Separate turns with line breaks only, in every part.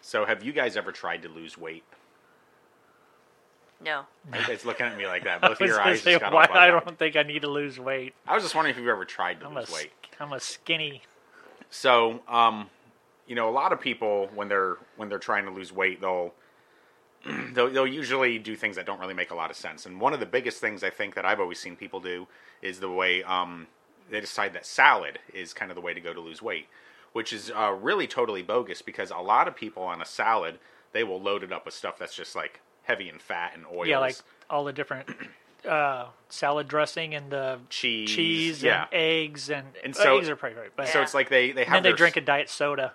So, have you guys ever tried to lose weight?
No.
Everybody's looking at me like that. Both
I
of
was
your
gonna
eyes
say
just got
why
all
I
bugged out.
don't think I need to lose weight.
I was just wondering if you've ever tried to
I'm a,
lose
s-
weight.
I'm a skinny.
So, um, you know, a lot of people when they're when they're trying to lose weight, they'll they'll, they'll usually do things that don't really make a lot of sense. And one of the biggest things I think that I've always seen people do is the way um, they decide that salad is kind of the way to go to lose weight, which is uh, really totally bogus because a lot of people on a salad they will load it up with stuff that's just like heavy in fat and oils,
Yeah, like all the different uh, salad dressing and the
cheese,
cheese
yeah.
and eggs and,
And
well,
so-
eggs are pretty great. But
So it's like they they have
and then they
their
drink a diet soda.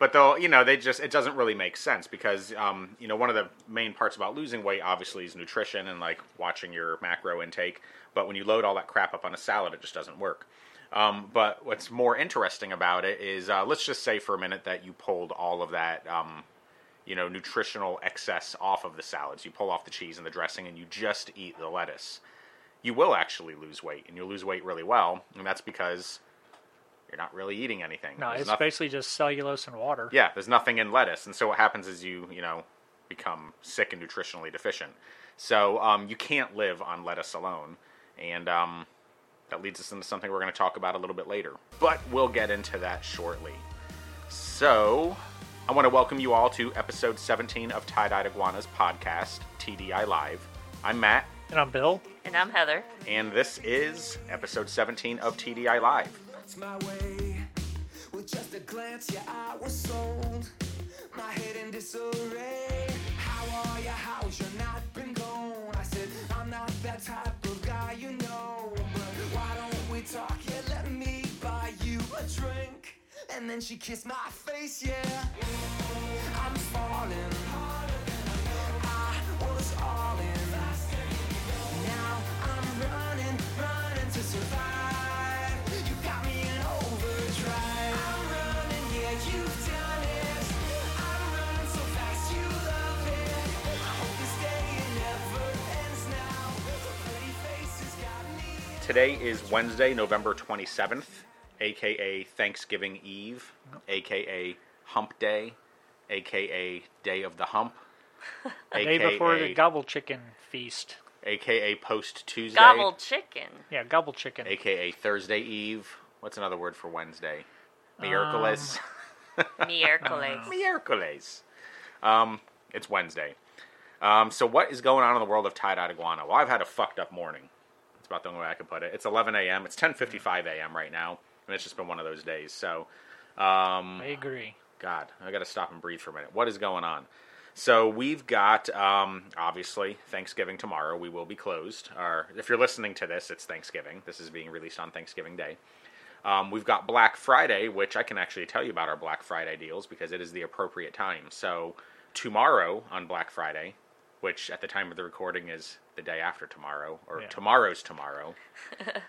but they'll you know they just it doesn't really make sense because um, you know one of the main parts about losing weight obviously is nutrition and like watching your macro intake but when you load all that crap up on a salad it just doesn't work um, but what's more interesting about it is uh, let's just say for a minute that you pulled all of that um, you know nutritional excess off of the salads you pull off the cheese and the dressing and you just eat the lettuce you will actually lose weight and you'll lose weight really well and that's because you're not really eating anything
no,
There's
it's
nothing-
basically just cellulose and water.
yeah, there's nothing in lettuce, and so what happens is you you know become sick and nutritionally deficient. So um, you can't live on lettuce alone, and um, that leads us into something we're going to talk about a little bit later. But we'll get into that shortly. So I want to welcome you all to episode 17 of Tie Dyed Iguanas podcast TDI Live. I'm Matt,
And I'm Bill.
And I'm Heather.
and this is episode 17 of TDI Live.
That's my way. With just a glance, yeah, I was sold. My head in disarray. How are you? How's your not been gone? I said, I'm not that type of guy, you know. But why don't we talk? Yeah, let me buy you a drink. And then she kissed my face, yeah. I'm falling. I was all in. Now I'm running, running to survive. You got me in overdrive. I'm running, yeah, you've done it. I'm running so fast, you love it. I hope this day it never ends now. The pretty faces got me.
Today is Wednesday, November 27th, aka Thanksgiving Eve, aka Hump Day, aka Day of the Hump,
The day before the gobble chicken feast.
aka Post Tuesday,
Gobbled chicken.
Yeah, gobble chicken.
aka Thursday Eve. What's another word for Wednesday?
Um.
Miraculous.
Miércoles.
Miraculous. Um, it's Wednesday. Um, so what is going on in the world of tie-dyed iguana? Well, I've had a fucked up morning. That's about the only way I can put it. It's 11 a.m. It's 10:55 a.m. right now, and it's just been one of those days. So, um,
I agree.
God, I got to stop and breathe for a minute. What is going on? So we've got um, obviously Thanksgiving tomorrow. We will be closed. Or if you're listening to this, it's Thanksgiving. This is being released on Thanksgiving Day. Um, we've got Black Friday, which I can actually tell you about our Black Friday deals because it is the appropriate time. So tomorrow on Black Friday, which at the time of the recording is the day after tomorrow, or
Yeah.
tomorrow's tomorrow.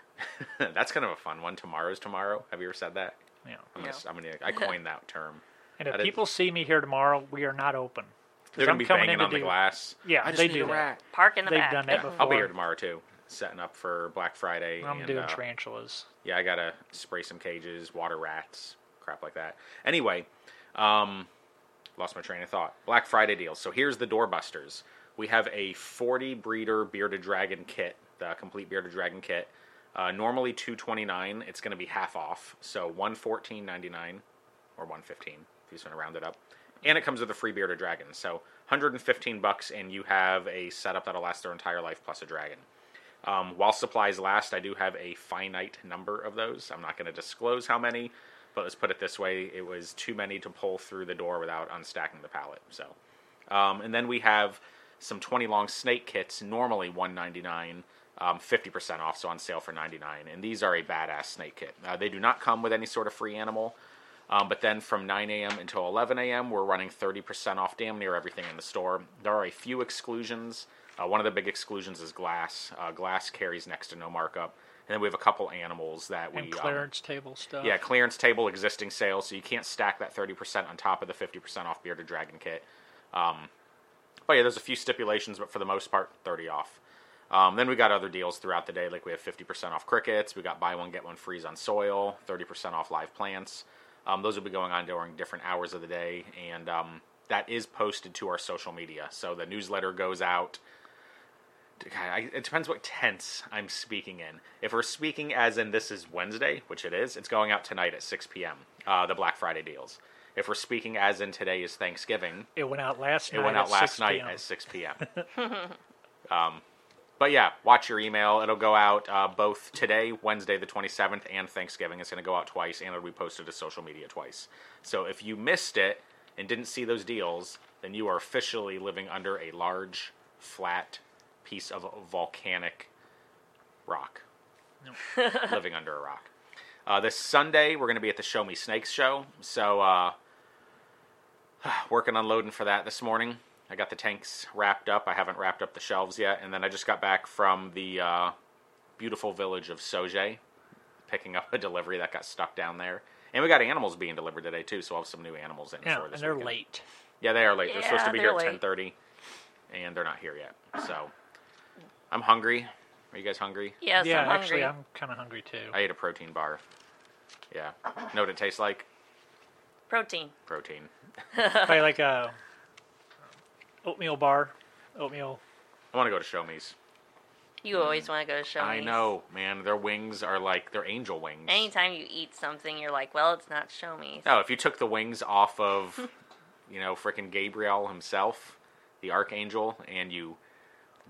That's kind of a fun one. Tomorrow's tomorrow. Have you ever said that?
Yeah.
I'm gonna,
No.
I'm gonna, I coined that term.
And if
Mm. That is-
people see me here tomorrow, we are not open. 'Cause
They're gonna
I'm
be
coming
banging
in to
on the
do-
glass.
Yeah,
I just
they
need
do
a
that.
rat.
Park in the
They've
back.
done that before.
I'll be here tomorrow too, setting up for Black Friday.
I'm
and,
doing
uh,
tarantulas.
yeah, I gotta spray some cages, water rats, crap like that. Anyway, um, lost my train of thought. Black Friday deals. So here's the doorbusters. We have a 40 breeder bearded dragon kit, the complete bearded dragon kit. Uh, normally 229, it's going to be half off, so 114.99 or 115 if you just want to round it up. And it comes with a free bearded dragon, so 115 bucks, and you have a setup that'll last their entire life plus a dragon. Um, while supplies last, I do have a finite number of those. I'm not going to disclose how many, but let's put it this way: it was too many to pull through the door without unstacking the pallet. So, um, and then we have some 20 long snake kits, normally 199, um, 50% off, so on sale for 99. And these are a badass snake kit. Uh, they do not come with any sort of free animal. Um, but then from 9 a.m. until 11 a.m., we're running 30% off damn near everything in the store. There are a few exclusions. Uh, one of the big exclusions is glass. Uh, glass carries next to no markup. And then we have a couple animals that we.
And
um,
clearance table stuff.
yeah, clearance table existing sales, so you can't stack that 30% on top of the 50% off Bearded Dragon kit. Um, but yeah, there's a few stipulations, but for the most part, 30 off. Um, then we got other deals throughout the day, like we have 50% off crickets, we got buy one, get one freeze on soil, 30% off live plants. Um, those will be going on during different hours of the day, and um, that is posted to our social media. So the newsletter goes out. God, I, it depends what tense I'm speaking in. If we're speaking as in this is Wednesday, which it is, it's going out tonight at 6 p.m. Uh, the Black Friday deals. If we're speaking as in today is Thanksgiving,
It went out last
it
night.
went out
at
last
6
night
p.m.
at 6 p.m. um, but yeah, watch your email. It'll go out uh, both today, Wednesday the 27th, and Thanksgiving. It's going to go out twice, and it'll be posted to social media twice. So if you missed it and didn't see those deals, then you are officially living under a large, flat piece of volcanic rock. living under a rock. Uh, this Sunday, we're going to be at the Show Me Snakes show. So, uh, working on loading for that this morning. I got the tanks wrapped up. I haven't wrapped up the shelves yet. And then I just got back from the uh, beautiful village of Soje, picking up a delivery that got stuck down there. And we got animals being delivered today too, so I'll have some new animals in
Yeah,
for this.
and they're
weekend.
late.
Yeah, they are late. they're supposed
Yeah,
to be
they're
here at
late.
ten thirty, and they're not here yet. So I'm hungry. Are you guys hungry?
Yes,
yeah,
I'm hungry.
actually, I'm kind of hungry too.
I ate a protein bar. Yeah. Know what it tastes like?
Protein.
Protein.
Probably like a oatmeal bar, oatmeal.
I want to go to Show Me's.
You always want to go to show
I know, man. Their wings are like they're angel wings.
Anytime you eat something, you're like, well, it's not show me.
Oh,
No, if you took the wings off of, you know, frickin' Gabriel himself, the archangel, and you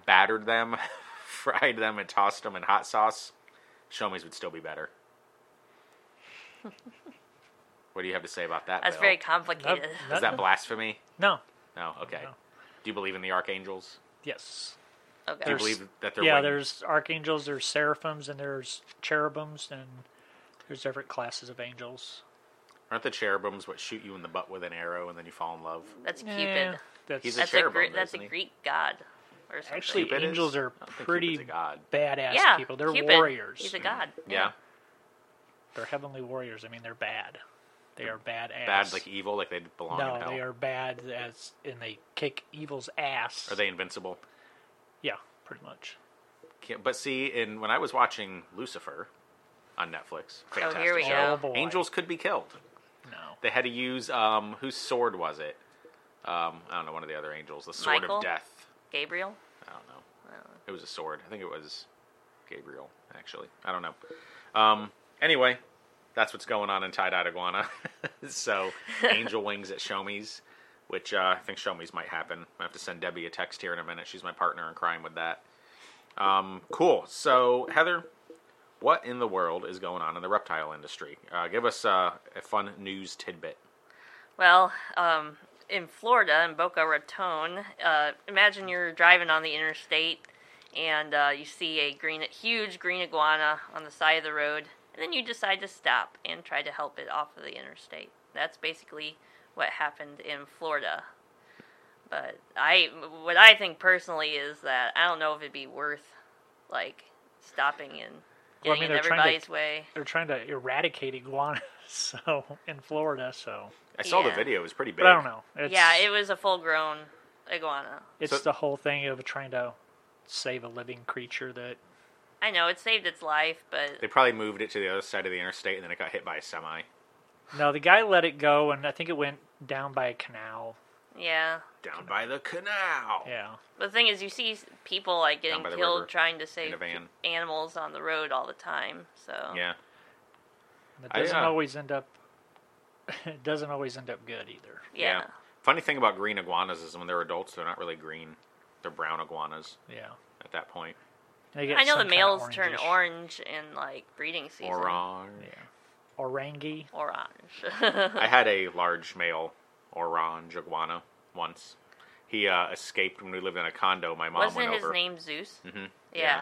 battered them, fried them, and tossed them in hot sauce, Shomies would still be better. what do you have to say about that?
That's
Bill?
very complicated.
Is that
No.
blasphemy?
No.
No. Okay.
No.
Do you believe in the archangels?
Yes.
Oh, gosh.
Do you
There's-
believe that they're
yeah,
winged?
there's archangels, there's seraphims, and there's cherubims, and there's different classes of angels.
aren't the cherubims what shoot you in the butt with an arrow and then you fall in love?
That's Cupid.
Yeah, Eh, that's
He's a
that's
cherubim,
a Gre-
though,
that's
isn't
a
he?
Greek god or something.
actually
Cupid is?
angels are
I don't think
pretty
Cupid's a god.
badass
yeah,
people. They're
Cupid.
warriors.
He's a god.
yeah.
They're heavenly warriors. I mean, they're bad. They are bad ass.
Bad, like evil, like they belong
no,
in hell.
they are bad as, and they kick evil's ass.
Are they invincible?
Yeah, pretty much.
Can't- But see, in when I was watching Lucifer on Netflix,
Oh,
fantastic
here we
show,
go.
Oh, boy.
angels could be killed.
No.
They had to use um, whose sword was it? Um, I don't know, one of the other angels, the sword
Michael?
of death.
Gabriel.
I don't know. It was a sword. I think it was Gabriel, actually. I don't know. Um, anyway, that's what's going on in Tie Dyed Iguana. so, Angel Wings at Shomi's, which uh, I think Shomi's might happen. I have to send Debbie a text here in a minute. She's my partner in crime with that. Um, cool. So, Heather, what in the world is going on in the reptile industry? Uh, give us uh, a fun news tidbit.
Well, um, in Florida, in Boca Raton, uh, imagine you're driving on the interstate and uh, you see a green, huge green iguana on the side of the road, and then you decide to stop and try to help it off of the interstate. That's basically what happened in Florida. But I, what I think personally is that I don't know if it'd be worth, like, stopping and getting
Well, I mean,
in
they're trying to-
everybody's way.
They're trying to eradicate iguanas, so in Florida. So,
I saw the
Yeah.
video, it was pretty big.
but I don't know. It's,
Yeah, it was a full-grown iguana.
it's
So-
the whole thing of trying to save a living creature that
I know it saved its life, but
They probably moved it to the other side of the interstate and then it got hit by a semi.
No, the guy let it go, and I think it went down by a canal.
Yeah.
Down by the canal.
Yeah,
The thing is, you see s- people like getting
by the river,
killed trying to
in
save
a van.
animals on the road all the time. So
Yeah.
And it
I,
doesn't
uh,
always end up. it doesn't always end up good either.
yeah.
Funny thing about green iguanas is when they're adults, they're not really green. They're brown iguanas
Yeah,
at that point.
They get
I know
some
the
kinda
males turn
orangish-
orange in like breeding season.
Orange.
Yeah, orangi.
Orange.
I had a large male orange iguana once. He uh, escaped when we lived in a condo. My mom
Wasn't
went
his
over.
name Zeus? Mm-hmm. Yeah.
yeah.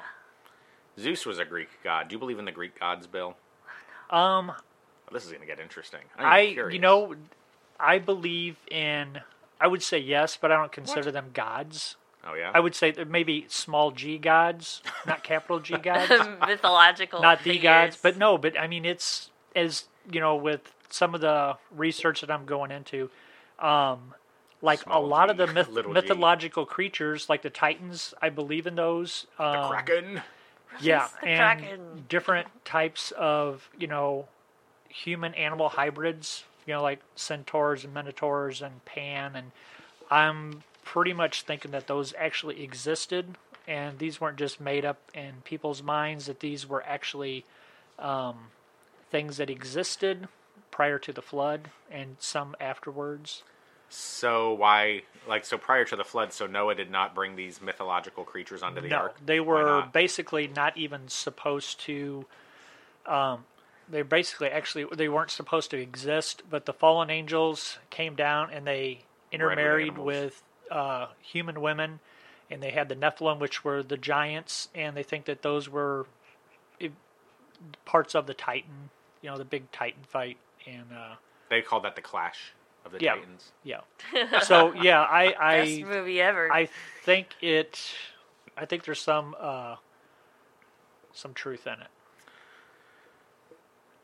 Zeus was a Greek god. Do you believe in the Greek gods, Bill? Oh,
Um,
This is going to get interesting. I'm
I you
curious.
know, I believe in. I would say yes, but I don't consider them gods.
Oh yeah.
I would say they're maybe small g gods, not capital G gods.
Mythological.
not the gods,
figures.
but no, but I mean it's as you know with some of the research that I'm going into, um, like
Small
a lot
g,
of the myth-
little g.
mythological creatures, like the Titans, I believe in those. Um,
the Kraken.
Yeah,
the
and
Kraken.
different types of you know human animal hybrids, you know, like centaurs and minotaurs and pan. And I'm pretty much thinking that those actually existed and these weren't just made up in people's minds, that these were actually um, things that existed prior to the flood and some afterwards.
So why, like, so prior to the flood, so Noah did not bring these mythological creatures onto the
no,
ark.
they
Why
were
not?
basically not even supposed to. Um, they basically actually they weren't supposed to exist, but the fallen angels came down and they intermarried
animals.
with uh, human women, and they had the Nephilim, which were the giants, and they think that those were eh, parts of the Titan, you know, the big Titan fight, and uh,
They called that the clash of the
Yeah.
titans.
yeah. So yeah, I I
Best movie ever.
I think it. I think there's some uh, some truth in it.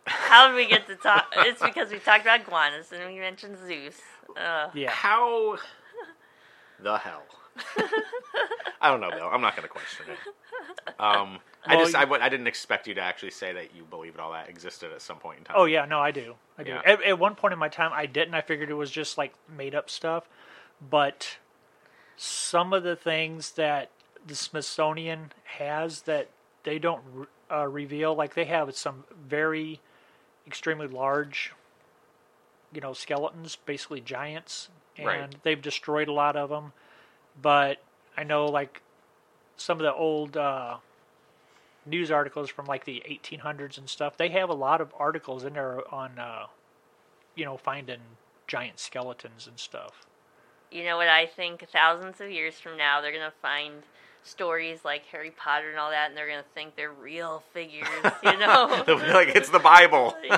How did we get to talk? it's because we talked about iguanas and we mentioned Zeus. Uh,
Yeah.
How the hell? I don't know, Bill. I'm not going to question it. Um, I
Well,
just I, w- I didn't expect you to actually say that you believed all that existed at some point in time.
Oh yeah, no, I do. I do.
Yeah.
At, at one point in my time, I didn't. I figured it was just like made up stuff, but some of the things that the Smithsonian has that they don't re- uh, reveal, like they have some very extremely large, you know, skeletons, basically giants, and
Right.
they've destroyed a lot of them. But I know like some of the old. Uh, news articles from like the 1800s and stuff. They have a lot of articles in there on, uh, you know, finding giant skeletons and stuff.
you know what I think? Thousands of years from now, they're gonna find stories like Harry Potter and all that, and they're gonna think they're real figures. You
They'll
know.
be like it's the Bible.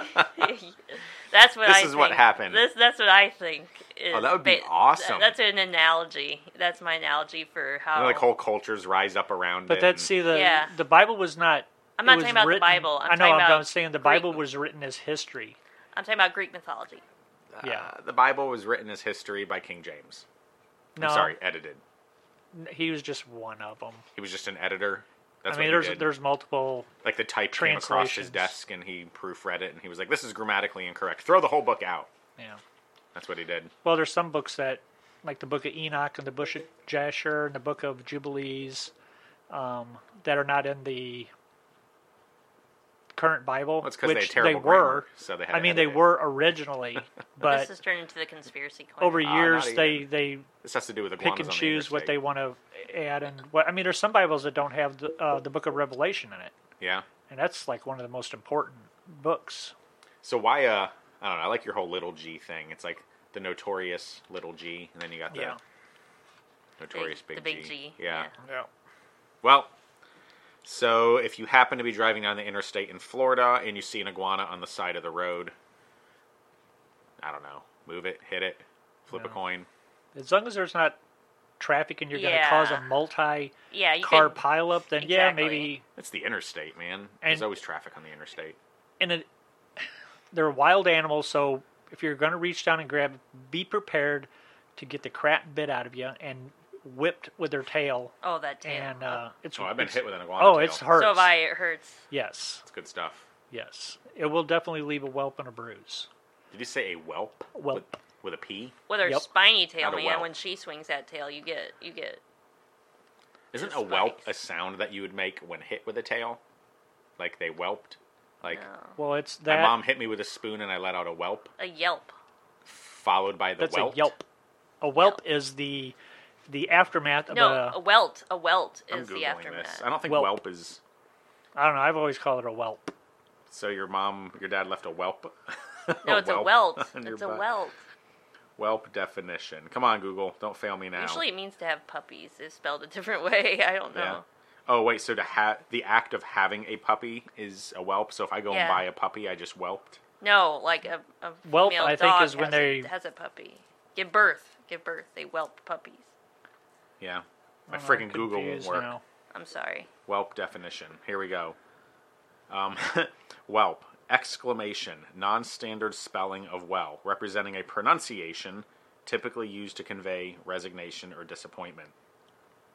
that's what
This
I
is what
think.
happened. Oh,
This that's what I think. Is
that would be
ba-
awesome.
That's an analogy. That's my analogy for how.
You know, like whole cultures rise up around.
But
it
that
and-
see the
Yeah.
the Bible was not.
I'm
it
not
was
talking about the
written-
Bible, I'm
I know.
talking
I'm,
about
I'm saying the
Greek-
Bible was written as history.
I'm talking about Greek mythology.
Yeah.
uh, the Bible was written as history by King James.
No,
I'm sorry, edited.
he was just one of them.
He was just an editor. That's
I mean,
what
there's
he did.
there's multiple.
like the type came across his
translations.
desk and he proofread it and he was like, "This is grammatically incorrect. Throw the whole book out."
Yeah.
That's what he did.
Well, there's some books that, like the Book of Enoch and the Bush of Jasher and the Book of Jubilees, um, that are not in the current Bible.
Well, it's because
which
they had terrible
were.
grammar, so they had.
I
to
mean,
edit
they
it.
were originally,
this
but
has turned into the conspiracy corner.
over
Ah, not
years they
even.
they
This has to do with the
pick and choose what they want to add and what. I mean, there's some Bibles that don't have the uh, the Book of Revelation in it,
Yeah.
and that's like one of the most important books.
So why? Uh, I don't know. I like your whole little G thing. It's like the notorious little G, and then you got the
Yeah.
notorious
Big-
big,
the big G,
Yeah.
yeah.
Yeah.
Well. So if you happen to be driving down the interstate in Florida and you see an iguana on the side of the road, I don't know, move it, hit it, flip a
No.
coin.
As long as there's not traffic and you're going to cause
Yeah.
a multi
yeah, you
car
could,
pileup, then yeah,
Exactly.
maybe.
It's the interstate, man. There's
And-
always traffic on the interstate.
And it, they're wild animals, so if you're going to reach down and grab, be prepared to get the crap bit out of you and whipped with their tail.
Oh, that tail.
And uh, it's
Oh, I've been
it's-
hit with an iguana.
Oh,
tail.
it's hurts.
So have I. It hurts.
Yes,
It's good stuff.
yes. It will definitely leave a whelp and a bruise.
Did you say a whelp?
Whelp.
With, with a P?
With her
Yep.
spiny tail,
Not a
man.
whelp.
When she swings that tail, you get you get.
Isn't
Just
a whelp a
spikes.
sound that you would make when hit with a tail? Like they whelped? Like
No.
Well, it's
my
that.
mom hit me with a spoon and I let out a whelp,
A yelp.
followed by the
that's
whelp.
a yelp. A whelp is the the aftermath of
No, oh.
a.
a welt. A welt
I'm
is the
googling
aftermath.
this. I don't think
Whelp.
whelp is.
I don't know. I've always called it a whelp.
So your mom, your dad left a whelp.
no, it's a welt.
on your
It's a
butt.
welt.
Whelp definition. Come on, Google. Don't fail me now.
Usually, it means to have puppies. Is spelled a different way. I don't know.
Yeah. Oh wait, so to have the act of having a puppy is a whelp. So if I go
Yeah.
and buy a puppy, I just whelped.
No, like a, a
Whelp,
male
I think,
dog
is when
has a-
they-
has a puppy. Give birth. Give birth. They whelp puppies.
Yeah. My
Oh, I'm
freaking Google won't
confused
work.
now.
I'm sorry.
Whelp definition. Here we go. Um, whelp. Exclamation. Non standard spelling of well, representing a pronunciation typically used to convey resignation or disappointment.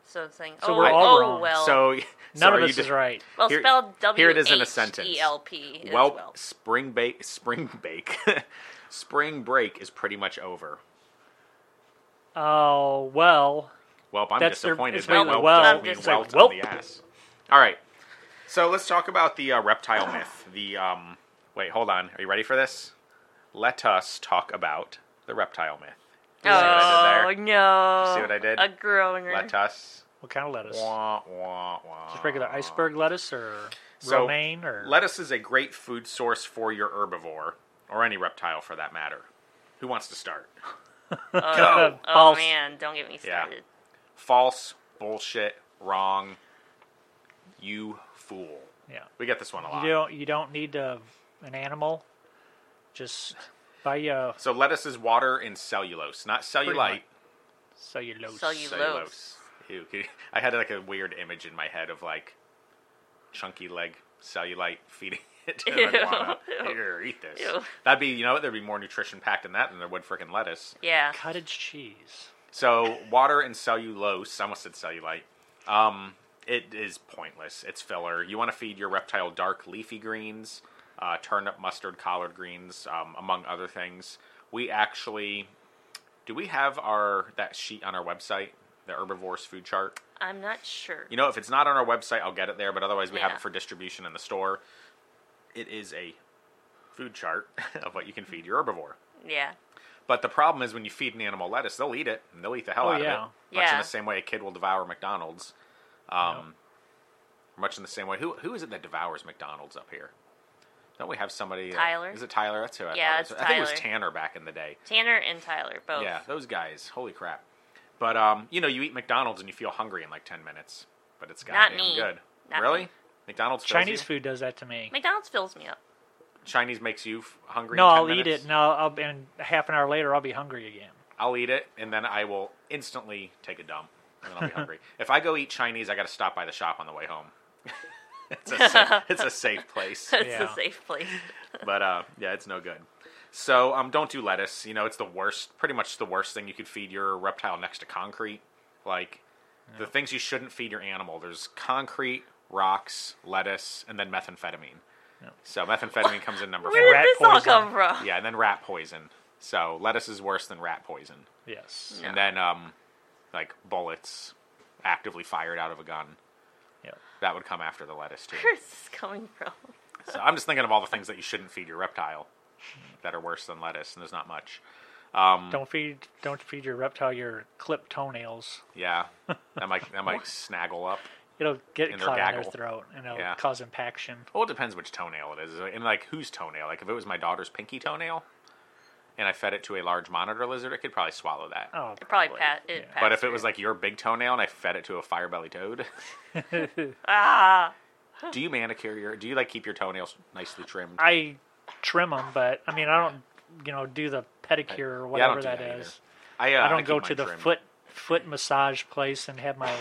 So it's saying,
So
oh,
we're all
oh
wrong.
well.
so
None of
you
us
did-
is right.
well,
here-
spelled W E
here it is in a sentence.
H E L P as
Well,
well.
spring bake, spring bake, spring break is pretty much over.
Oh well.
Well, I'm
That's their-
disappointed.
it's
That
really
whelp
well.
doesn't
I'm
mean
just
welt
like,
on
welp.
the ass. All right. So let's talk about the uh, reptile myth. The um, wait, hold on. Are you ready for this? Let us talk about the reptile myth. what I did
Oh
there?
no!
You see what I did?
A groaner.
Let us.
What kind of lettuce?
Wah, wah, wah.
Just regular iceberg lettuce or
So,
romaine or
Lettuce is a great food source for your herbivore, or any reptile for that matter. Who wants to start? Go.
Oh
False.
man, don't get me
Yeah.
started.
False, bullshit, wrong. You fool.
yeah.
We get this one a lot.
You don't you don't need a, an animal. Just buy a
So lettuce is water and cellulose, not cellulite.
much. cellulose.
Cellu-
Cellulose. Ew, can you- I had like a weird image in my head of like chunky leg cellulite feeding it to an
Ew.
iguana. Here, eat this.
Ew.
That'd be, you know what? There'd be more nutrition packed in that than there would freaking lettuce.
Yeah.
cottage cheese.
So water and cellulose, I almost said cellulite. Um, it is pointless. It's filler. You want to feed your reptile dark leafy greens, uh, turnip, mustard, collard greens, um, among other things. We actually do we have our that sheet on our website, the herbivores food chart.
I'm not sure.
You know, if it's not on our website, I'll get it there. But otherwise, we have
Yeah.
it for distribution in the store. It is a food chart of what you can feed your herbivore.
yeah.
But the problem is when you feed an animal lettuce, they'll eat it and they'll eat the hell
Oh,
out
yeah.
of it. Much in
Yeah.
the same way a kid will devour McDonald's. Um, Much in the same way, who who is it that devours McDonald's up here? Don't we have somebody? that-
Tyler.
Is it Tyler? That's who I
Yeah,
thought. it
it's
was. I think it was
Tyler.
Tanner back in the day.
Tanner and Tyler both.
Yeah, those guys. Holy crap! But um, you know, you eat McDonald's and you feel hungry in like ten minutes, but it's
Not
goddamn
me.
good.
Not
really?
me.
McDonald's fills
Chinese
you?
food does that to me.
McDonald's fills me up.
Chinese makes you f- hungry.
No,
in 10
I'll eat
minutes?
it. and I'll, I'll and half an hour later I'll be hungry again.
I'll eat it, and then I will instantly take a dump, and then I'll be hungry. if I go eat Chinese, I got to stop by the shop on the way home. it's, a safe, it's a safe place,
It's
Yeah.
a safe place.
but uh, yeah, it's no good. So um, don't do lettuce. You know, it's the worst, pretty much the worst thing you could feed your reptile next to concrete. Like the things you shouldn't feed your animal. There's concrete, rocks, lettuce, and then methamphetamine. So methamphetamine comes in number
Where
four.
rat
did this all
poison.
come from?
Yeah, and then rat poison. So lettuce is worse than rat poison
Yes.
and then um, like bullets actively fired out of a gun
Yeah.
that would come after the lettuce too.
Where is this coming from?
so I'm just thinking of all the things that you shouldn't feed your reptile that are worse than lettuce, and there's not much.
Don't feed don't feed your reptile your clipped toenails.
Yeah, that might that might snaggle up.
It'll get
And their
caught in their
gaggle.
throat and it'll
Yeah.
cause impaction.
Well, it depends which toenail it is, and like whose toenail. Like if it was my daughter's pinky toenail, and I fed it to a large monitor lizard, it could probably swallow that.
Oh,
It probably pat. It
Yeah.
passed
But if it was
through.
like your big toenail and I fed it to a firebelly toad,
ah,
do you manicure your? Do you like keep your toenails nicely trimmed?
I trim them, but I mean I don't you know do the pedicure or
Yeah, I don't
whatever
do
that
that either.
is.
I, uh,
I don't
keep
go
mine
to the
trimmed.
foot foot massage place and have my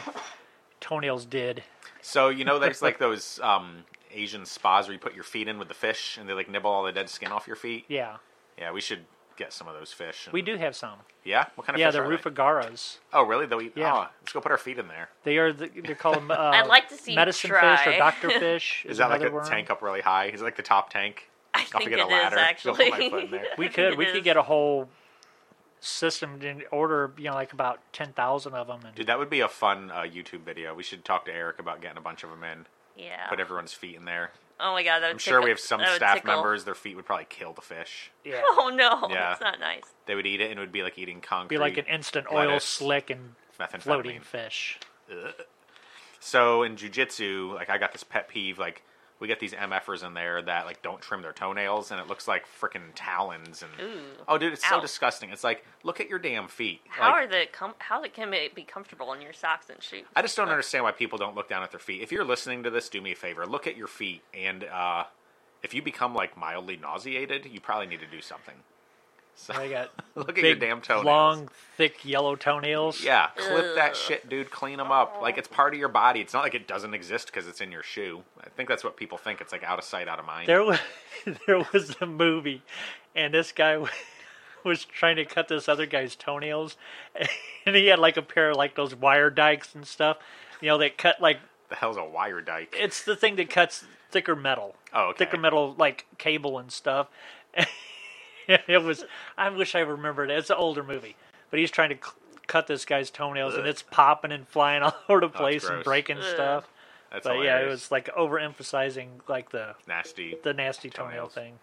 toenails did.
So you know, there's like those um, Asian spas where you put your feet in with the fish, and they like nibble all the dead skin off your feet. Yeah,
Yeah,
we should get some of those fish. and-
we do have some.
Yeah, what kind of
Yeah,
fish
the
are they?
rufagaras.
Oh, really? They'll eat.
Yeah.
Oh, let's go put our feet in there.
They are the, they're called them, uh,
I'd like to see you
medicine fish
try.
or doctor fish.
Is that like
another
a
worm.
tank up really high? Is it like the top tank?
I
I'll
think
get
it
a
is,
ladder. Go put my
actually.
foot in there.
We could
It
we could
is.
get a whole system and order you know like about ten thousand of them and
Dude, that would be a fun uh, YouTube video. We should talk to Eric about getting a bunch of them in.
yeah.
Put everyone's feet in there.
Oh my god, that would
I'm sure
tickle-
we have some
that would
staff
tickle.
members. Their feet would probably kill the fish.
yeah,
Oh no,
Yeah.
that's not nice.
They would eat it, and it would be like eating concrete.
be like an instant oil
lettuce,
slick and
methamphetamine.
floating fish.
So in jujitsu, like I got this pet peeve, like we get these MFers in there that like don't trim their toenails and it looks like freaking talons and
Ooh.
Oh dude, it's so
Ouch.
disgusting. It's like, look at your damn feet.
How
Like,
are the com- how it can it be comfortable in your socks and shoes?
I just don't understand why people don't look down at their feet. If you're listening to this, do me a favor, look at your feet and uh if you become like mildly nauseated, you probably need to do something. So
They got
look at
big,
your damn toenails.
long, thick yellow toenails.
Yeah, clip that shit, dude. Clean them up. Like it's part of your body. It's not like it doesn't exist because it's in your shoe. I think that's what people think. It's like out of sight, out of mind.
There was there was a movie, and this guy w- was trying to cut this other guy's toenails, and he had like a pair of like those wire dikes and stuff, you know, that cut like
The hell's a wire dike?
it's the thing that cuts thicker metal.
Oh, okay.
Thicker metal like cable and stuff. it was. I wish I remembered. it. It's an older movie, but he's trying to c- cut this guy's toenails, and it's popping and flying all over the place and
Oh, gross.
breaking stuff.
That's
but yeah, it
hilarious.
was like overemphasizing like the
nasty.
the nasty toenail
Toenails.
thing.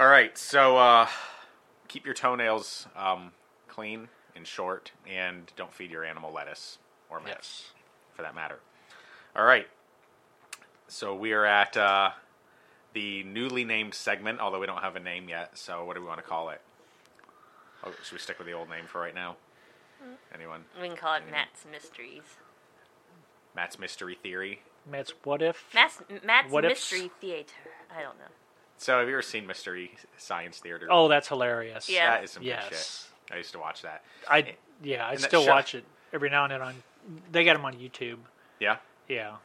All right, so uh, keep your toenails um, clean and short, and don't feed your animal lettuce or mess,
Yes.
for that matter. All right, so we are at uh, the newly named segment, although we don't have a name yet. So, what do we want to call it? Oh, should we stick with the old name for right now? Anyone?
We can call it Matt's Mysteries.
Matt's mystery theory.
Matt's what if?
Matt's, Matt's
What if-
Mystery Theater. I don't know.
So, have you ever seen Mystery Science Theater?
Oh, that's hilarious.
Yeah.
that is some good
Yes.
shit. I used to watch that.
I yeah, I
And that
still
show-
watch it every now and then on. They got them on YouTube.
Yeah,
Yeah,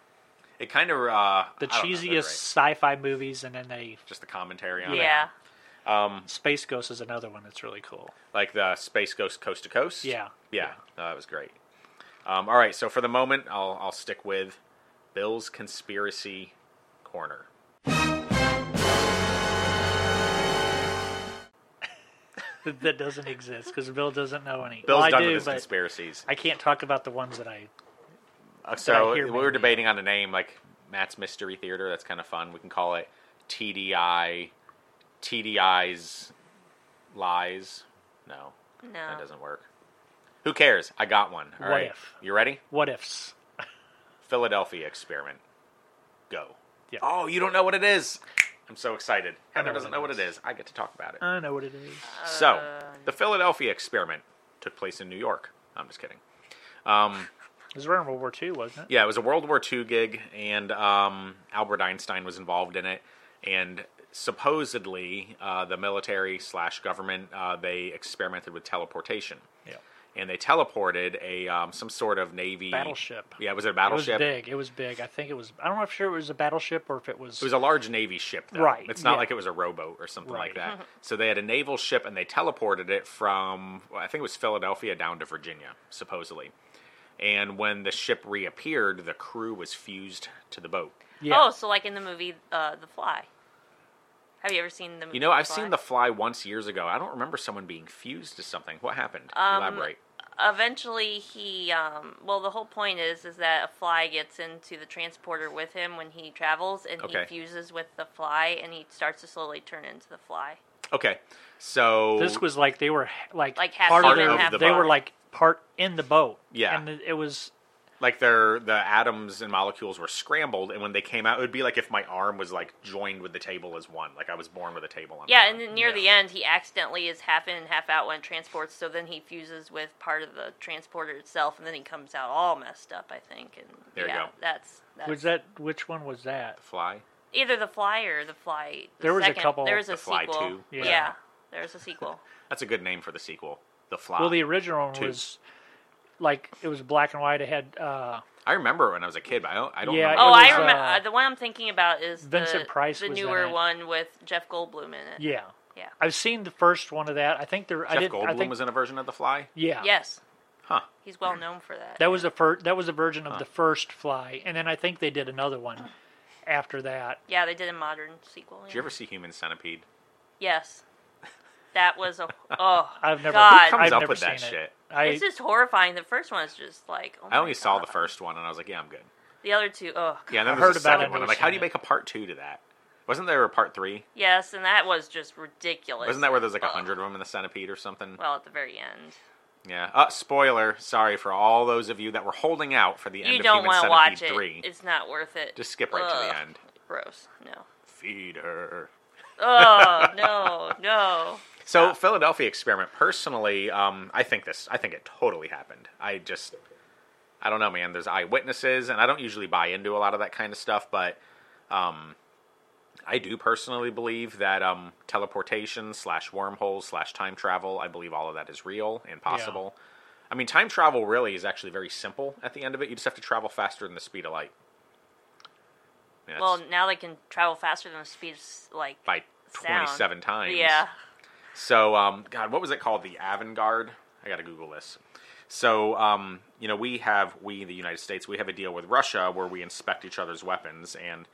it kind of uh,
the
I don't know, they're
cheesiest
great.
sci-fi movies, and then they
Just the commentary on it.
Yeah.
Space Ghost is another one that's really cool.
like the Space Ghost Coast to Coast.
Yeah.
yeah, No, that was great. Um, all right, so for the moment, I'll I'll stick with Bill's conspiracy corner.
that doesn't exist because Bill doesn't know any.
Bill's
well, I
done
do,
with his
but
conspiracies.
I can't talk about the ones that I.
Uh, so
I hear
we were
maybe.
debating on a name like Matt's Mystery Theater. That's kind of fun. We can call it TDI, TDI's lies. No, that
No.
doesn't work. Who cares? I got one. All right,
What if?
you ready?
What ifs?
Philadelphia experiment. Go.
Yeah.
Oh, you don't know what it is. I'm so excited.
I
Heather
know what
doesn't
it
know what
is.
it is. I get to talk about it.
I know what it is.
so, the Philadelphia experiment took place in New York. I'm just kidding.
It was around World War II, wasn't it?
Yeah, it was a World War II gig, and um, Albert Einstein was involved in it. And supposedly, uh, the military slash government uh, they experimented with teleportation,
Yeah.
and they teleported a um, some sort of navy
Battleship.
Yeah, was it a
It was
battleship?
big. It was big. I think it was. I don't know if sure it was a battleship or if it was.
It was a large navy ship, though.
Right,
It's not
yeah.
like it was a rowboat or something like
Right.
that. so they had a naval ship, and they teleported it from well, I think it was Philadelphia down to Virginia, supposedly. And when the ship reappeared, the crew was fused to the boat.
yeah.
Oh, so like in the movie uh, The Fly. Have you ever seen the movie?
You know,
the
I've
Fly?
seen The Fly once years ago. I don't remember someone being fused to something. What happened?
Um,
Elaborate.
eventually he um well the whole point is is that a fly gets into the transporter with him when he travels and
Okay.
he fuses with the fly and he starts to slowly turn into the fly
Okay, so
This was like they were h- like,
Like half
part of
human,
their-
half
They were
body.
like part in the boat.
Yeah.
and it was
like their the atoms and molecules were scrambled, and when they came out, it would be like if my arm was like joined with the table as one. Like I was born with a table. On my
yeah
arm.
and then near the end he accidentally is half in and half out when transports so then he fuses with part of the transporter itself and then he comes out all messed up i think and
There you
yeah,
go.
that's that's
was that which one was that?
Fly.
either the fly or the fly the
There was a
second-
couple-
there was a
The Fly
sequel
2.
yeah.
Yeah.
there was a sequel
That's a good name for the sequel. The Fly.
Well, the original one
Uh, Two.
was like it was black and white. It had uh,
I remember when I was a kid, but I don't, I don't
Yeah,
remember.
Oh,
It
I
was,
remember.
uh,
the one I'm thinking about is
Vincent
the,
Price
the
was in
newer
it.
one with Jeff Goldblum in it.
yeah.
Yeah.
I've seen the first one of that. I think there. I
Jeff
did. I
Goldblum
think,
was in a version of The Fly.
Yeah.
Yes,
Huh.
he's well known for that.
That was the first. That was a version of the first Fly, and then I think they did another one after that.
yeah, they did a modern sequel.
Did
yeah.
you ever see Human Centipede?
Oh Yes, that was a oh.
I've never.
God. Who
comes
I've
up
never
with that
seen it.
shit?
I
it's just horrifying. The first one is just like oh
I only
my
saw the
God.
first one, and I was like, yeah, I'm good.
The other two, oh God.
Yeah, and then there's
I
a
heard
second
about it,
one. I'm
never
like, how do
seen
you
it.
make a part two to that? Wasn't there a part three?
yes, and that was just ridiculous.
Wasn't that where there's like a
Oh.
hundred of them in the centipede or something?
Well, at the very end,
Yeah. Uh, spoiler. Sorry for all those of you that were holding out for the end
you
of
don't
Human
want to
Centipede
watch it.
three.
It's not worth it.
Just skip right to the
Ugh.
end.
Gross. No.
Feed her.
Oh no, no.
So Philadelphia experiment. Personally, um, I think this. I think it totally happened. I just, I don't know, man. There's eyewitnesses, and I don't usually buy into a lot of that kind of stuff, but um, I do personally believe that um, teleportation slash wormholes slash time travel. I believe all of that is real and possible. I mean, time travel really is actually very simple. At the end of it, you just have to travel faster than the speed of light. I mean, that's
Well, now they can travel faster than the speed of s- like
by
sound.
27 times.
Yeah.
So, um, God, what was it called? The Avangard? I got to Google this. So, um, you know, we have, we, the United States, we have a deal with Russia where we inspect each other's weapons and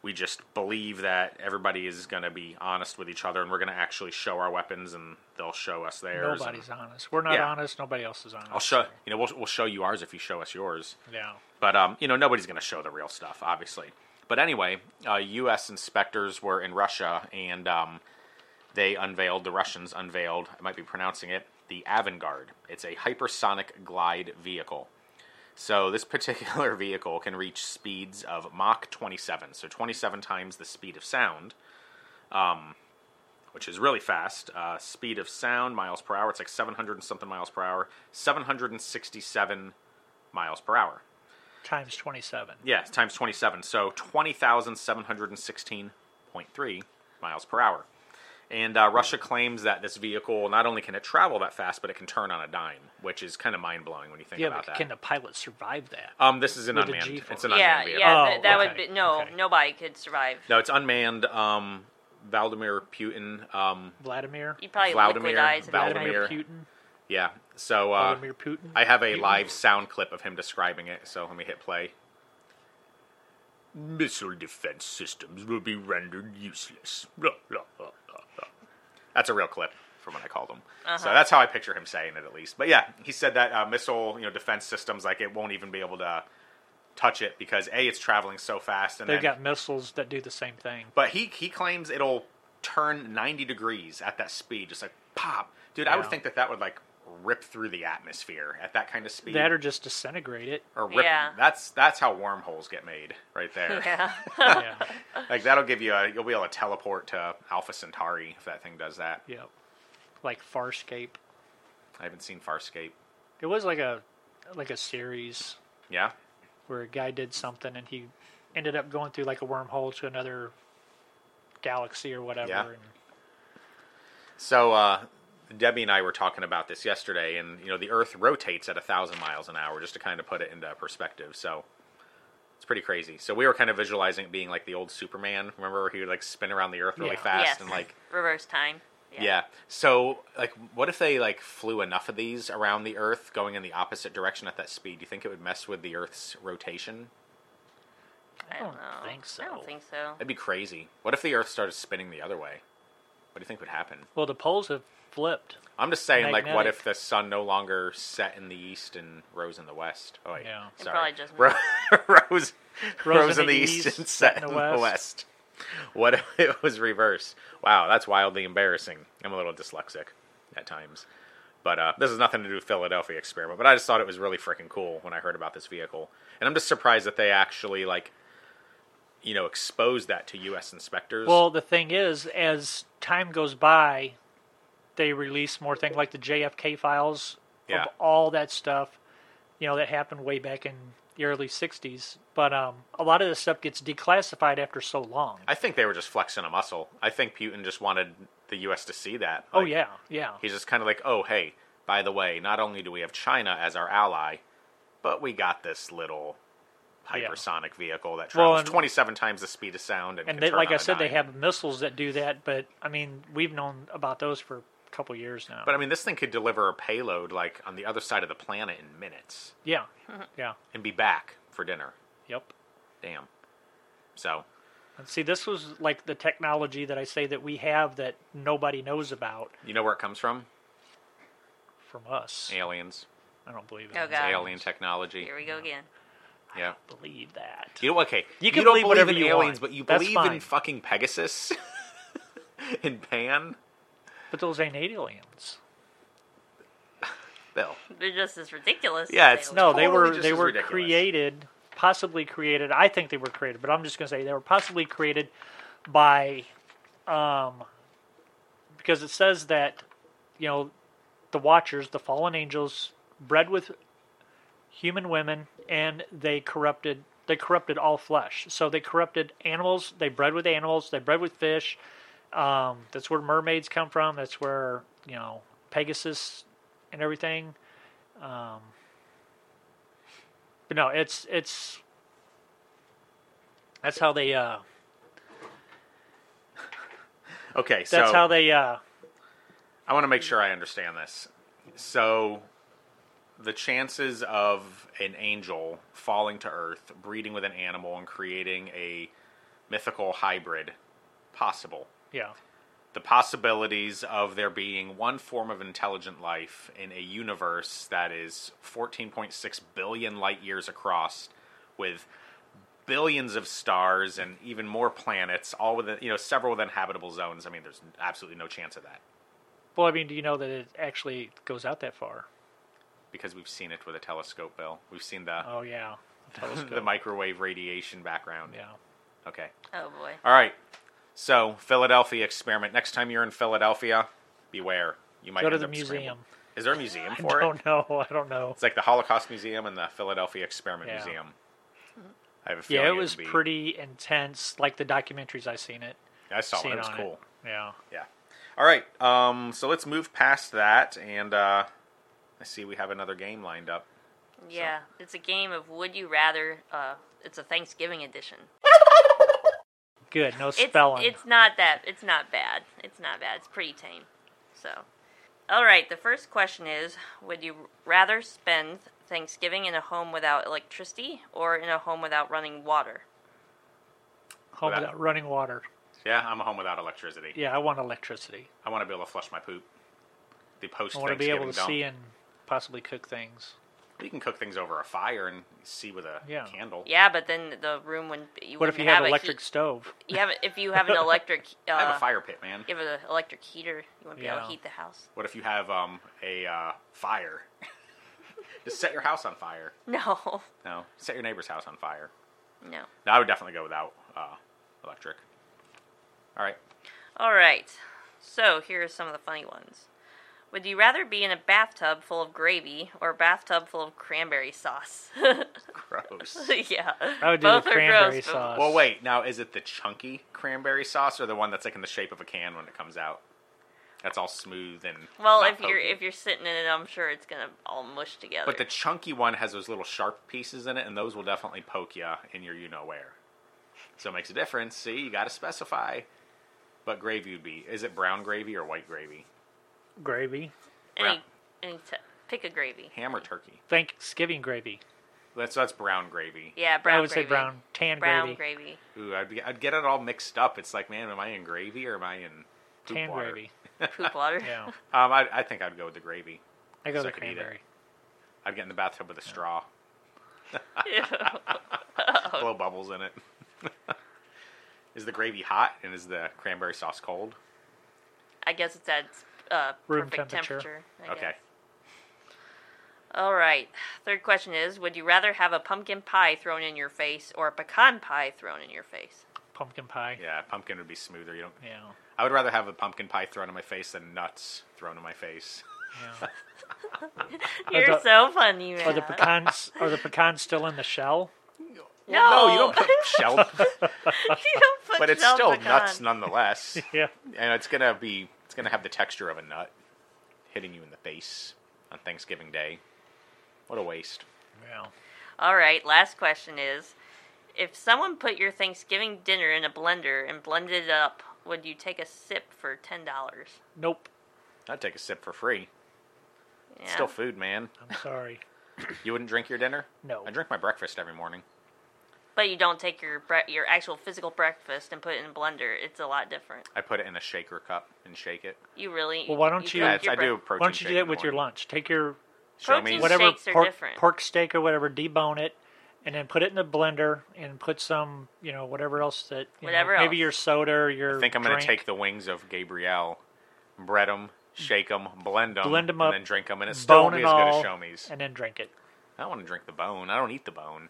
we just believe that everybody is going to be honest with each other and we're going to actually show our weapons and they'll show us theirs. and
Nobody's honest. We're not
Yeah.
honest. Nobody else is honest.
I'll show, you know, we'll, we'll show you ours if you show us yours.
Yeah.
But um, you know, nobody's going to show the real stuff, obviously. But anyway, uh, U.S. inspectors were in Russia, and um, they unveiled the Russians unveiled. I might be pronouncing it the Avangard. It's a hypersonic glide vehicle. So this particular vehicle can reach speeds of Mach 27, so 27 times the speed of sound, um, which is really fast. Uh, speed of sound miles per hour. It's like 700 and something miles per hour. 767 miles per hour.
Times 27.
Yeah, it's times 27. So 20,716.3 miles per hour. And uh, Russia claims that this vehicle, not only can it travel that fast, but it can turn on a dime, which is kind of mind blowing when you think
Yeah,
about
but
that.
can the pilot survive that?
um, this is an
with a
unmanned.
G-force?
It's an
Yeah,
unmanned vehicle.
yeah,
Oh,
th- that
okay,
would be no,
okay.
nobody could survive.
No, it's unmanned. Um, Vladimir Putin. Um,
Vladimir?
You probably
Vladimir-
liquidize and
Vladimir.
Putin?
yeah. So uh,
Vladimir Putin?
I have a
Putin?
live sound clip of him describing it. So let me hit play. Missile defense systems will be rendered useless. Blah, blah, blah, blah, blah. That's a real clip from when I called him. So that's how I picture him saying it, at least. But yeah, he said that uh, missile, you know, defense systems like it won't even be able to touch it because a it's traveling so fast, and
They've
then,
got missiles that do the same thing.
but he he claims it'll turn 90 degrees at that speed, just like pop, dude. I would
Yeah.
think that that would like rip through the atmosphere at that kind of speed
That or just disintegrate it.
or rip,
Yeah.
that's that's how wormholes get made right there
Yeah.
yeah.
like that'll give you a you'll be able to teleport to alpha centauri if that thing does that
Yep. Like Farscape.
i haven't seen farscape
It was like a like a series
yeah
where a guy did something and he ended up going through like a wormhole to another galaxy or whatever.
Yeah.
And
so uh debbie and i were talking about this yesterday and you know the earth rotates at a thousand miles an hour just to kind of put it into perspective so it's pretty crazy so we were kind of visualizing it being like the old superman remember where he would like spin around the earth really
Yeah.
fast
yes.
and like
reverse time.
Yeah. So, like, what if they like flew enough of these around the Earth, going in the opposite direction at that speed? Do you think it would mess with the Earth's rotation?
I don't know.
I don't think so.
I don't think so.
That'd be crazy. What if the Earth started spinning the other way? What do you think would happen?
Well, the poles have flipped.
I'm just saying, like, what
Magnetic.
if the sun no longer set in the east and rose in the west? Oh, wait.
Yeah. It
Sorry.
probably just-
Ro- rose, rose, in the, east, and set in the west. What if it was reversed? Wow, that's wildly embarrassing. I'm a little dyslexic at times. But uh, this has nothing to do with Philadelphia experiment. But I just thought it was really freaking cool when I heard about this vehicle, and I'm just surprised that they actually like, you know, exposed that to U.S. inspectors.
Well, the thing is, as time goes by, they release more things like the JFK files
Yeah.
of all that stuff. You know that happened way back in the early '60s, but um, a lot of this stuff gets declassified after so long.
I think they were just flexing a muscle. I think Putin just wanted the U.S. to see that.
oh
Like,
yeah, yeah.
He's just kind of like, oh, hey, by the way, not only do we have China as our ally, but we got this little
Yeah.
hypersonic vehicle that
Well,
travels
and-
27 times the speed of sound. And,
and
can
they,
turn
like
on
I
a
said, they
dime.
have missiles that do that. But I mean, we've known about those for a couple years now.
But I mean, this thing could deliver a payload like on the other side of the planet in minutes
yeah, yeah,
and be back for dinner.
yep.
Damn. So,
And see, this was like the technology that I say that we have that nobody knows about
you know where it comes from?
from us.
Aliens.
I don't believe
Oh,
it.
God.
Alien technology.
Here we go again.
Yeah.
believe that.
You know, okay.
You can
don't
believe whatever
in
you
aliens,
want.
but you
That's
believe in
fine.
fucking Pegasus and Pan.
But those ain't aliens.
Bill.
They're just as ridiculous.
Yeah,
as
it's-
they
No,
look.
they
Totally
were
just
they
as
were
ridiculous.
created, possibly created. I think they were created, but I'm just gonna say they were possibly created by, um, because it says that, you know, the Watchers, the fallen angels, bred with human women, and they corrupted they corrupted all flesh. So they corrupted animals. They bred with animals. They bred with fish. Um, that's where mermaids come from. That's where you know Pegasus and everything. Um, but no, it's it's that's how they uh
Okay, so
That's how they. Uh,
I want to make sure I understand this. So, the chances of an angel falling to Earth, breeding with an animal, and creating a mythical hybrid possible.
yeah,
The possibilities of there being one form of intelligent life in a universe that is 14.6 billion light years across, with billions of stars and even more planets, all within, you know, several within habitable zones. I mean, there's absolutely no chance of that.
well, I mean, do you know that it actually goes out that far?
because we've seen it with a telescope, Bill. We've seen the
Oh yeah,
the microwave radiation background.
yeah.
Okay.
Oh boy.
All right. So Philadelphia experiment. Next time you're in Philadelphia, beware. You might
Go to
end
the
up scrambling.
museum.
Is there a museum
I
for it?
don't know. I don't know.
It's like the Holocaust Museum and the Philadelphia Experiment
Yeah.
Museum. I have a feeling
Yeah, it
would
was
be-
pretty intense. Like the documentaries I seen it.
I saw it.
seen
It was
on
cool.
Yeah.
Yeah. All right. Um, so let's move past that, and uh, I see we have another game lined up.
Yeah, it's a game of Would You Rather. Uh, it's a Thanksgiving edition.
Good. No
It's
spelling.
it's not that. It's not bad. It's not bad. It's pretty tame. So, all right. The first question is: Would you rather spend Thanksgiving in a home without electricity or in a home without running water?
Home
without-
without running water.
Yeah, I'm home without electricity.
Yeah, I want electricity.
I want to be able to flush my poop. The post
I want to be
Thanksgiving
able to
dump.
see and possibly cook things.
You can cook things over a fire and see with a
Yeah.
candle.
Yeah, but then the room wouldn't. be- You
What if you
wouldn't
had
have a
electric
heat-
stove?
you have if you have an electric. Uh,
I have a fire pit, man.
You have an electric heater. You wouldn't be able
Yeah.
to heat the house.
What if you have um a uh, fire? Just set your house on fire.
No,
No, set your neighbor's house on fire.
no.
No, I would definitely go without uh, electric. All right.
All right. So here are some of the funny ones. Would you rather be in a bathtub full of gravy or a bathtub full of cranberry sauce?
Gross.
yeah.
I would do
Both
the
are
cranberry
gross, but-
sauce.
well, wait. Now, is it the chunky cranberry sauce or the one that's like in the shape of a can when it comes out? That's all smooth and
Well,
not
if you're
pokey.
if you're sitting in it, I'm sure it's gonna all mush together.
But the chunky one has those little sharp pieces in it, and those will definitely poke you in your you know where. So it makes a difference. See, you got to specify. But gravy would be is it brown gravy or white gravy?
Gravy.
any, any t- pick a gravy.
Ham or turkey?
Thanksgiving gravy.
That's that's brown gravy.
Yeah, brown.
I would
gravy.
say brown. Tan
Brown
gravy.
gravy.
Ooh, I'd, be, I'd get it all mixed up. It's like, man, am I in gravy or am I in poop
Tan
water?
gravy.
Poop water.
Yeah.
Um, I, I think I'd go with the gravy.
I go
So I
to
could eat it.
cranberry.
I'd get in the bathtub with a straw,
Ew. Oh.
blow bubbles in it. is the gravy hot and is the cranberry sauce cold?
I guess it's at uh,
Room
perfect temperature.
temperature.
I
Okay.
guess. All right. Third question is: Would you rather have a pumpkin pie thrown in your face or a pecan pie thrown in your face?
Pumpkin pie.
Yeah, pumpkin would be smoother. You don't
Yeah.
I would rather have a pumpkin pie thrown in my face than nuts thrown in my face.
yeah.
You're
the-
so funny, man.
Are the pecans are the pecans still in the shell?
No,
No, you don't put shell,
You don't put
but it's
shelled
still
pecan.
nuts nonetheless.
Yeah.
and it's gonna be, it's gonna have the texture of a nut hitting you in the face on Thanksgiving Day. What a waste!
Yeah.
All right. Last question is: If someone put your Thanksgiving dinner in a blender and blended it up, would you take a sip for ten dollars?
Nope.
I'd take a sip for free.
Yeah.
It's still food, man.
I'm sorry.
You wouldn't drink your dinner?
No.
I drink my breakfast every morning.
But you don't take your bre- your actual physical breakfast and put it in a blender. It's a lot different.
I put it in a shaker cup and shake it.
You really.
Well, why don't you-
cook
Yeah, it's,
your
I do
bre-
protein.
Why don't you
shake
do
in
that
the
with your
morning.
lunch? Take your
Show me
Protein
whatever.
whatever
Steaks are
pork,
different.
pork steak or whatever, debone it, and then put it in the blender and put some, you know, whatever else that, you
Whatever
know, maybe
else.
your soda or your.
I think I'm going to
drink.
take the wings of Gabrielle, bread them, shake them, blend them,
Blend 'em
and
up,
then drink them, and it's still
bone
won't be
and
as good
all,
as Showme's.
and then drink it.
I don't want to drink the bone. I don't eat the bone.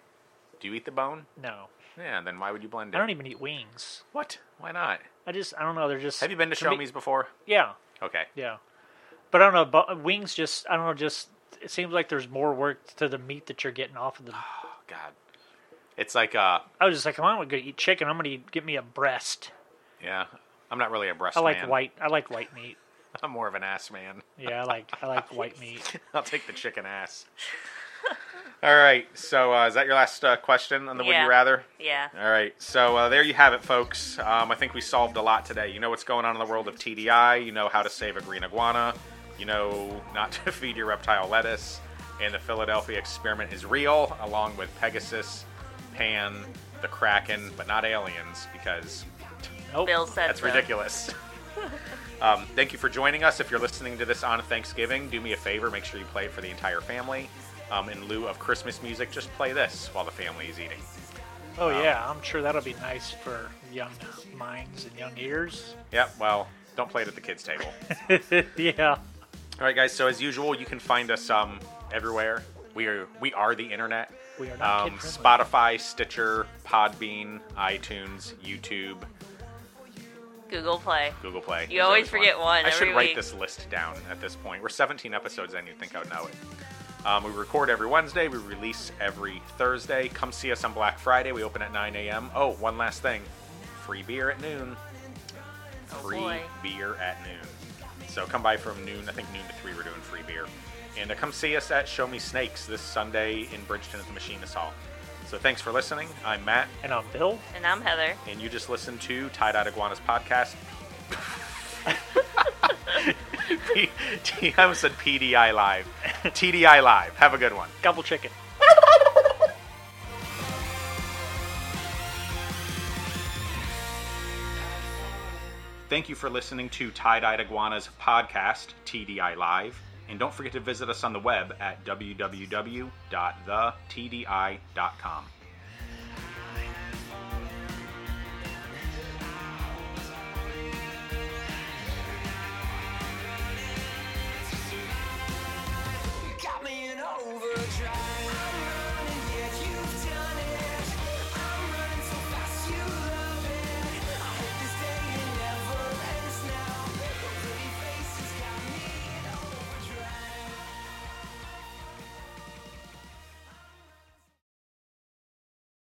Do you eat the bone?
No,
Yeah, then why would you blend it?
I don't even eat wings.
what? Why not?
I just, I don't know. They're just.
Have you been to
to me-
Showme's before?
Yeah,
Okay.
yeah, but I don't know. But wings, just I don't know. Just it seems like there's more work to the meat that you're getting off of the.
Oh, God. It's like, uh,
I was just like, I'm going to eat chicken. I'm going to get me a breast.
yeah, I'm not really a breast
I like
man.
white. I like white meat.
I'm more of an ass man.
Yeah, I like I like white meat.
I'll take the chicken ass. All right. So uh, is that your last uh, question on the Would
Yeah.
You Rather?
Yeah.
All right, so uh, there you have it, folks. Um, I think we solved a lot today. You know what's going on in the world of TDI. You know how to save a green iguana. You know not to feed your reptile lettuce. And the Philadelphia experiment is real, along with Pegasus, Pan, the Kraken, but not aliens because
Nope.
Bill said
that's
so.
ridiculous. um, thank you for joining us. If you're listening to this on Thanksgiving, do me a favor. Make sure you play it for the entire family. Um, in lieu of Christmas music, just play this while the family is eating.
Oh yeah, I'm sure that'll be nice for young minds and young ears.
Yep, well, don't play it at the kids' table.
yeah.
All right, guys. So as usual, you can find us um, everywhere. We are we are the internet.
We are not
um,
kid-friendly.
Spotify, Stitcher, Podbean, iTunes, YouTube,
Google Play.
Google Play.
You
There's always
always forget one
I should
every
write
week.
this list down at this point. We're 17 episodes in. You'd think I would know it. Um, we record every Wednesday. We release every Thursday. Come see us on Black Friday. We open at 9 a.m. Oh, one last thing. Free beer at noon.
Oh,
free
boy.
beer at noon. So come by from noon, I think noon to three, we're doing free beer. And uh, come see us at Show Me Snakes this Sunday in Bridgeton at the Machinist Hall. So thanks for listening. I'm Matt,
And I'm Bill.
And I'm Heather.
and you just listened to Tie Dot Iguanas podcast. P- T- I almost said PDI Live. TDI Live. Have a good one.
Gobble chicken.
Thank you for listening to Tie Dyed Iguanas podcast, TDI Live. And don't forget to visit us on the web at www.thetdi.com.